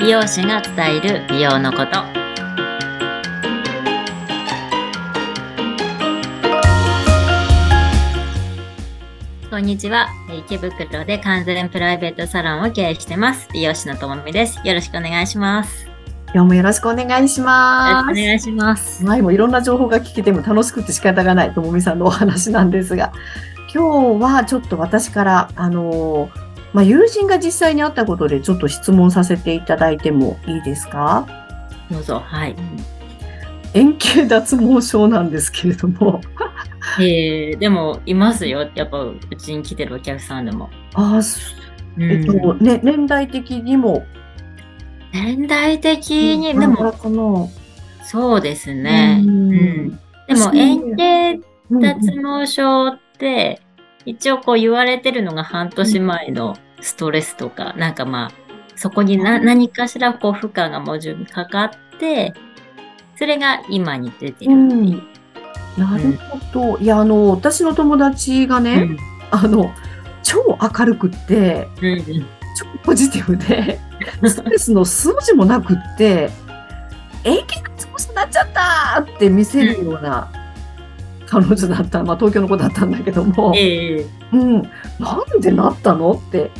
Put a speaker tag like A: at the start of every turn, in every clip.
A: 美容師が伝える美容のことこんにちは池袋で完全プライベートサロンを経営してます美容師のともみですよろしくお願いします
B: 今日もよろしくお願いしま
A: お
B: す。
A: 願いします
B: 前もいろんな情報が聞けても楽しくて仕方がないともみさんのお話なんですが、今日はちょっと私から、あのーまあ、友人が実際に会ったことでちょっと質問させていただいてもいいですか
A: どうぞはい、
B: 円形脱毛症なんですけれども。
A: えー、でもいますよやっぱうちに来てるお客さんでも、
B: あーす
A: うん
B: えっと、ね、年代的にも。
A: 年代的に、で
B: なん
A: も
B: かの、
A: そうですね、
B: う
A: うんんで
B: そ
A: も
B: う
A: 円形
B: うんうん
A: 脱毛症って一応こう言われてるのが半年前のストレスとか、なんかまあそこにな何かしらこう負荷がもう十分かかってそれが今に出てるっていう。
B: なるほど。いや、あの、私の友達がね、
A: うん
B: あの、超明るくって、
A: うん
B: 超ポジティ ブで、ストレスの数字もなくって、永久がつぼしになっちゃったって見せるような彼女だった、まあ東京の子だったんだけども、
A: ええ
B: うん、なんでなったのって、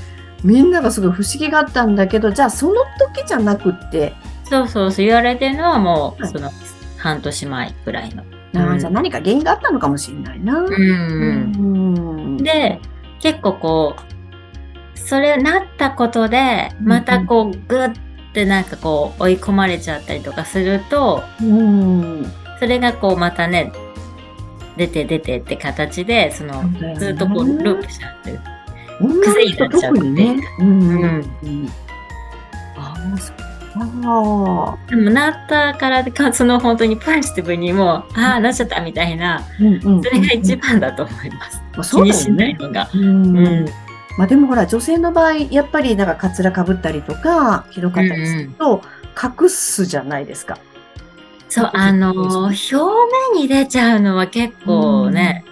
B: みんながすごい不思議があったんだけど、じゃあその時じゃなくって、
A: そうそうそう言われてるのはもう
B: はい
A: その半年前くらいの。
B: あ
A: う
B: ー
A: ん
B: じゃあ何か原因があったのかもしれないな。
A: うんうん
B: うん
A: で結構こうそれなったことで
B: うん
A: またこうグッてなんかこう追い込まれちゃったりとかすると
B: うん
A: それがこうまたね出て出てって形でそのずっとこうループしちゃってる。
B: 女の人特にね。う
A: う
B: んうんんうんああ、そう。あ
A: でもなったからかその本当にポジティブにもうああなっちゃったみたいな
B: あ、うんうん
A: それが一番だと思います。
B: まあ
A: 気
B: そう
A: に
B: だ
A: し
B: よ
A: ない
B: ね。
A: のが。
B: うん
A: うん
B: まあでもほら女性の場合やっぱりなんかかつらかぶったりとかひどかったりすると隠すじゃないですか。
A: そうあのー表面に出ちゃうのは結構ね、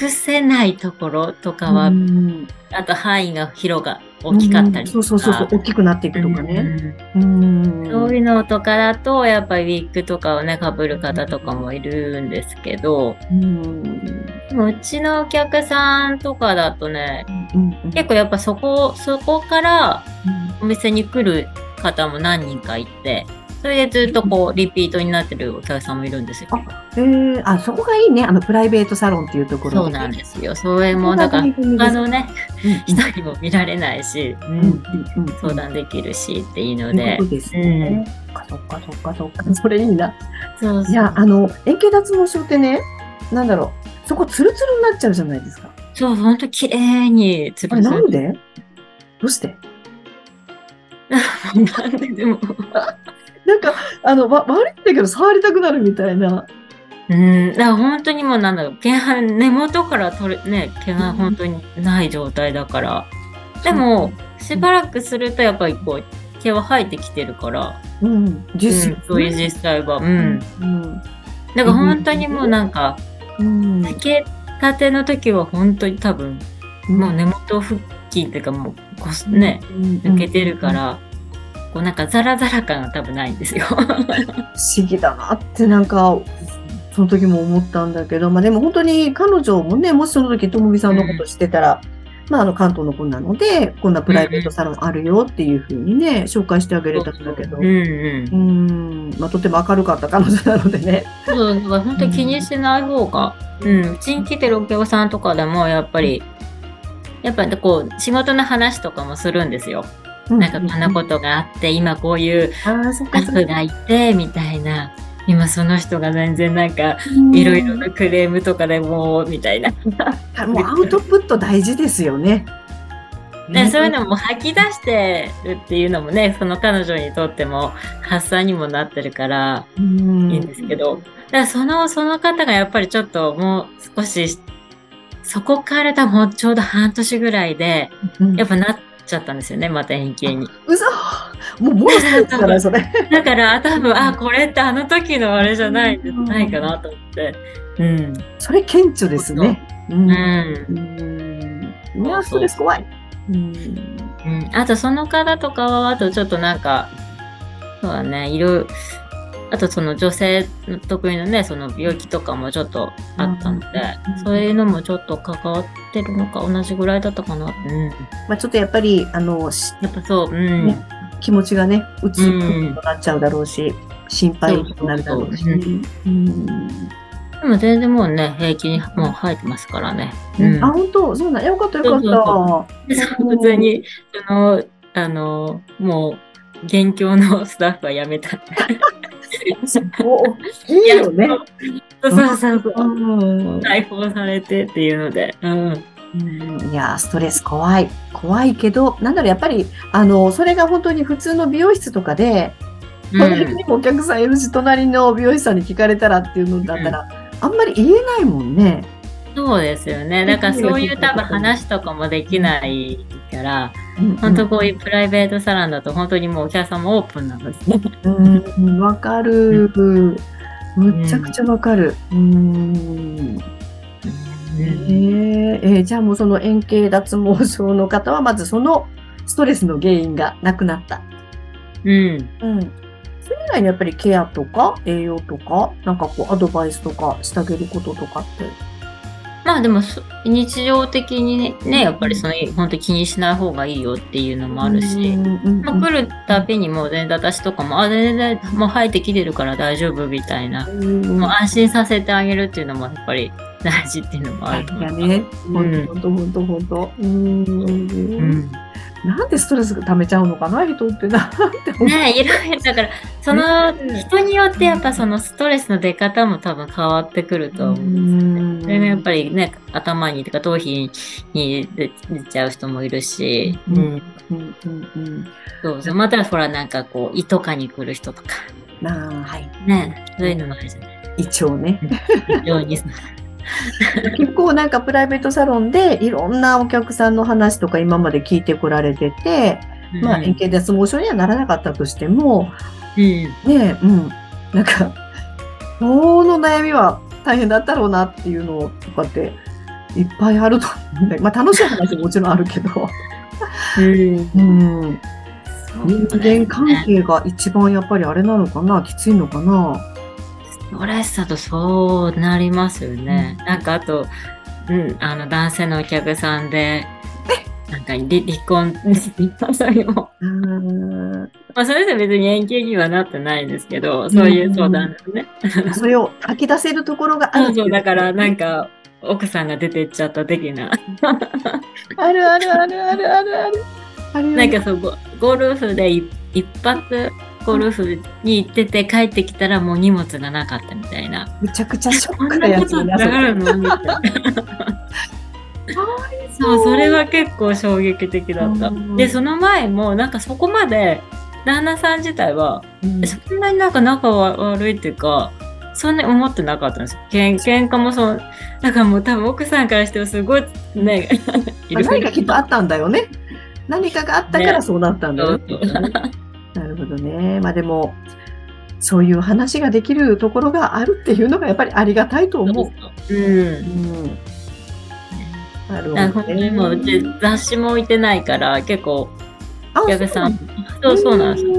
A: 隠せないところとかは、
B: うん
A: あと範囲が広が大きかったりとか、
B: うんそうそうそうそう大きくなっていくとかね。うん
A: うんそういうのとかだとやっぱりウィッグとかをねかぶる方とかもいるんですけど
B: うん
A: でもうちのお客さんとかだとね
B: うん
A: 結構やっぱそこそこからお店に来る方も何人かいてそれでずっとこうリピートになってるお客さんもいるんですよ。
B: えー、あそこがいいねあのプライベートサロンっていうところ
A: そうなんですよ。それもだから他
B: 他
A: のね
B: 人
A: 人にも見られないし、相談できるしっていうので
B: ということですね。そっかそっかそっかそっか。それいいな。
A: そう
B: い
A: そう
B: や、あの、円形脱毛症ってね、なんだろう、そこツルツルになっちゃうじゃないですか。
A: そうほんと綺麗につ
B: あ
A: ぶ
B: れ、
A: さ
B: なんでどうして
A: なんででも
B: なんか、あの、わ悪いんだけど、触りたくなるみたいな。
A: うんだから本当にもうなんだろう毛が根元から取れね毛が本当にない状態だから、でもしばらくするとやっぱりこう毛は生えてきてるから、
B: そう、うん、
A: うん、
B: 実践。
A: そういう実際はう
B: うんん。うん。
A: だから本当にもうなんか
B: うん。
A: 抜けたての時は本当に多分もう根元付近っていうかもうこすね
B: うん、
A: 抜けてるから、こうなんかザラザラ感が多分ないんですよ。
B: 不思議だなってなんかその時も思ったんだけど、まあ、でも本当に彼女もねもしその時ともみさんのことしてたら、まあ、あの関東の子なのでこんなプライベートサロンあるよっていうふうにね紹介してあげれたんだけど
A: うんうん
B: う。ん、まあ、とても明るかった彼女なのでね。
A: そうだから本当に気にしてない方が、うん、うちに来てるお客さんとかでもやっぱり、やっぱりこう仕事の話とかもするんですよ。なんかこんな
B: と。
A: ことがあって、今こういう
B: あーそっ
A: スタ
B: か
A: ッフがいて、みたいな。今その人が全然なんか、いろいろなクレームとかでもう、みたいな。
B: うんもうアウトプット大事ですよね。
A: ね、そういうのも吐き出してるっていうのもね、その彼女にとっても発散にもなってるから、
B: うん
A: いいんですけど、だからその、その方がやっぱりちょっともう少し、そこから多分ちょうど半年ぐらいで、
B: うん
A: やっぱなっちゃったんですよね、また円形に。
B: 嘘もうもうすぐ だからそれ。
A: だから多分、あ、これってあの時のあれじゃない、ないかなと思って。うん。
B: それ顕著ですね。うん
A: うん
B: うん。いや、ストレス怖い。うん。
A: うん、あとその方とかは、あとちょっとなんか、そうだね、いろいろ、あとその女性の得意のね、その病気とかもちょっとあったので、
B: うん
A: そういうのもちょっと関わってるのか、同じぐらいだったかな。うん。
B: まあ、ちょっとやっぱり、あの、し
A: やっぱそう、うん。
B: ね気持ちがね、うつ
A: うん
B: になっちゃうだろうし、心配になるだろうし。
A: そうそう
B: うん
A: でも全然もうね、平気にもう生えてますからね。
B: うんあ、本当そうなんよかった、よかった。
A: そうそう 普通に、その、あの、もう、現況のスタッフはやめた。
B: お いいよね。
A: そうそうそうそうう。
B: ん
A: 解放されてっていうので。うん。
B: うんいやーストレス怖い怖いけどなんだろうやっぱりあのそれが本当に普通の美容室とかで隣にもお客さんいるし、隣の美容師さんに聞かれたらっていうのだったら、あんまり言えないもんね。
A: そうですよね。だからそういう多分話とかもできないから、
B: うん
A: 本当こういうプライベートサロンだと本当にもうお客さんもオープンなんですね。
B: うんうんわかる。むっちゃくちゃわかる。うんねええーじゃあもうその円形脱毛症の方はまずそのストレスの原因がなくなった。
A: うん。
B: うん、それ以外にやっぱりケアとか栄養とかなんかこうアドバイスとかしてあげることとかって。
A: まあでもそ日常的にねね、やっぱりその本当気にしない方がいいよっていうのもあるし
B: う、んうん
A: まあ、来るたびにもう全然私とかも、あ、全然もう生えてきてるから大丈夫みたいな、
B: うん
A: もう安心させてあげるっていうのもやっぱり大事っていうのもあると思
B: だ
A: う。
B: ね。
A: うん
B: ほんとほんとほんとほんと。うん
A: うん
B: なんでストレスが溜めちゃうのかな人ってなって思う。
A: ねえいろいろだからその人によってやっぱそのストレスの出方も多分変わってくると思う。
B: ん
A: それがやっぱりね頭にとか頭皮に出ちゃう人もいるし、
B: うん
A: うん
B: うんうんうん。
A: そうそうまたほらなんかこう胃とかに来る人とか
B: なあ、はい。
A: ねそういうのもあるじゃない
B: 胃腸ね。
A: 非常に
B: 結構なんかプライベートサロンでいろんなお客さんの話とか今まで聞いてこられてて、まあ円形脱毛症にはならなかったとしても、
A: うん
B: ねえ、うん。なんか、この悩みは大変だったろうなっていうのとかっていっぱいあると思うんだけどまあ楽しい話ももちろんあるけど、
A: うん
B: うん。人
A: そうだよね
B: 間関係が一番やっぱりあれなのかな、きついのかな。
A: ドレスだとそうなりますよね。なんかあと、うん、あの男性のお客さんで、なんか離離婚、離婚それも、
B: うん
A: まあそれで別に円形にはなってないんですけど、そういう相談ですね。
B: それを吐き出せるところがあ
A: そ
B: る
A: うそう、だからなんか、奥さんが出てっちゃった的な、
B: あるあるあるあるあるある。あるよ
A: なんかそうゴゴルフで一一発ゴルフに行ってて帰ってきたらもう荷物がなかったみたいな。
B: むちゃくちゃショ
A: こ
B: ッ
A: ん
B: クな
A: な
B: や
A: こ
B: つ
A: と
B: に
A: って
B: な
A: あるのみたいな。そう、それは結構衝撃的だった。
B: うん
A: で、その前も、なんかそこまで、旦那さん自体は、そんなになんか仲は悪いっていうか、そんなに思ってなかったんですよ。けん喧嘩もそう、だからもう多分奥さんからしてもすごいね、い
B: ま
A: ろ
B: あ
A: い
B: 何
A: ろ
B: かきっとあったんだよね。何かがあったから
A: ね
B: そうなったんだよね。
A: そう
B: なるほどね。まあでも、そういう話ができるところがあるっていうのがやっぱりありがたいと思う。
A: うん。
B: うん。なる
A: なんか
B: ほ
A: 本当にもうう
B: ど
A: ち
B: ね。
A: 雑誌も置いてないから結構
B: あ
A: お客さんそうそうなんですよ、
B: よ。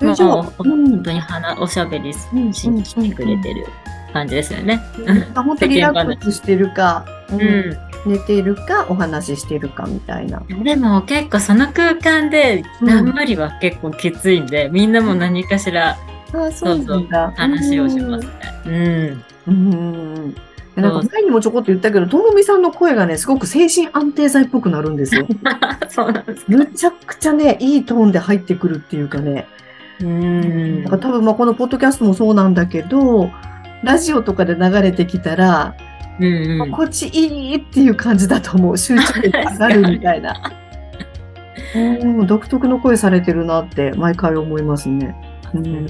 A: うん、
B: えじゃ
A: もう
B: あ、
A: 本当に話おしゃべりし
B: うん
A: に来てくれてる感じですよね
B: うんあ本当にリラックスしてるか、うん
A: うん
B: 寝てるか、お話ししてるかみたいな。
A: でも結構その空間でだんまりは結構きついんで、みんなも何かしら
B: あそうなんだ。
A: 話をしますね。うん。
B: うん。うんなんか前にもちょこっと言ったけど、ともみさんの声がね、すごく精神安定剤っぽくなるんで すよ。
A: そうなんですか。
B: むちゃくちゃね、いいトーンで入ってくるっていうかね。
A: うん
B: なんか多分まあこのポッドキャストもそうなんだけど、ラジオとかで流れてきたら、
A: うんうん。
B: 心地いいっていう感じだと思う。集中力上がるみたいな。うん、独特の声されてるなって毎回思いますね。 うん、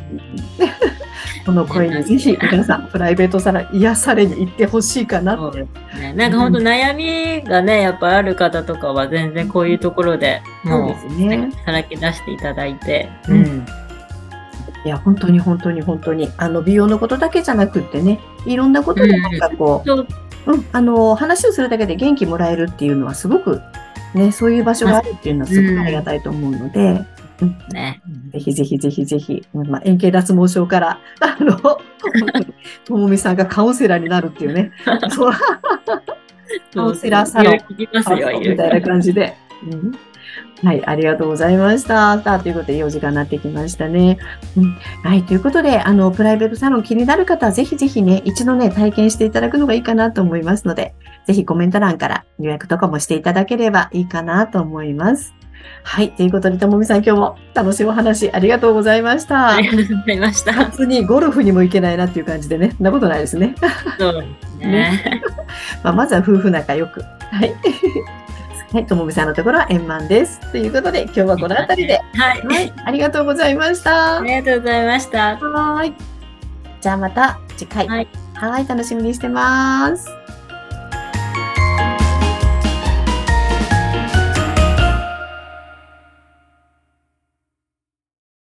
B: この声にぜひ皆さん、プライベートサロン癒されに行ってほしいかなって。
A: ねなんか本当悩みがね、やっぱある方とかは全然こういうところでも
B: そうですね
A: う、さらけ出していただいて。
B: うんいや、本当に本当に本当に、あの、美容のことだけじゃなくってね、いろんなことでなんかこう、
A: そう
B: うん、あの話をするだけで元気もらえるっていうのはすごく、ね、そういう場所があるっていうのはすごくありがたいと思うので、
A: ね。
B: ぜひぜひぜひぜひ、まあ、円形脱毛症から、あの、 本当にともみさんがカウンセラーになるっていうね、そうカウンセラーサロン
A: いろいろ聞きますよ、いろい
B: みたいな
A: ろ。
B: 感じで。うんはい、ありがとうございました。さあ、ということで、4時間になってきましたね。うん、はい、ということで、あの、プライベートサロン気になる方は、ぜひぜひね、一度ね、体験していただくのがいいかなと思いますので、ぜひコメント欄から予約とかもしていただければいいかなと思います。はい、ということで、ともみさん、今日も楽しいお話ありがとうございました
A: あ。りがとうございました。
B: 夏にゴルフにも行けないなっていう感じでね、そんなことないですね。
A: そうですね。
B: まあ、まずは夫婦仲良く。はい。 はい、ともみさんのところは円満です。ということで、今日はこの辺りで。
A: はい。
B: はい、ありがとうございました。
A: あ
B: は
A: りがとうございました。
B: ーい。じゃあまた次回。
A: はい
B: はい、楽しみにしてます。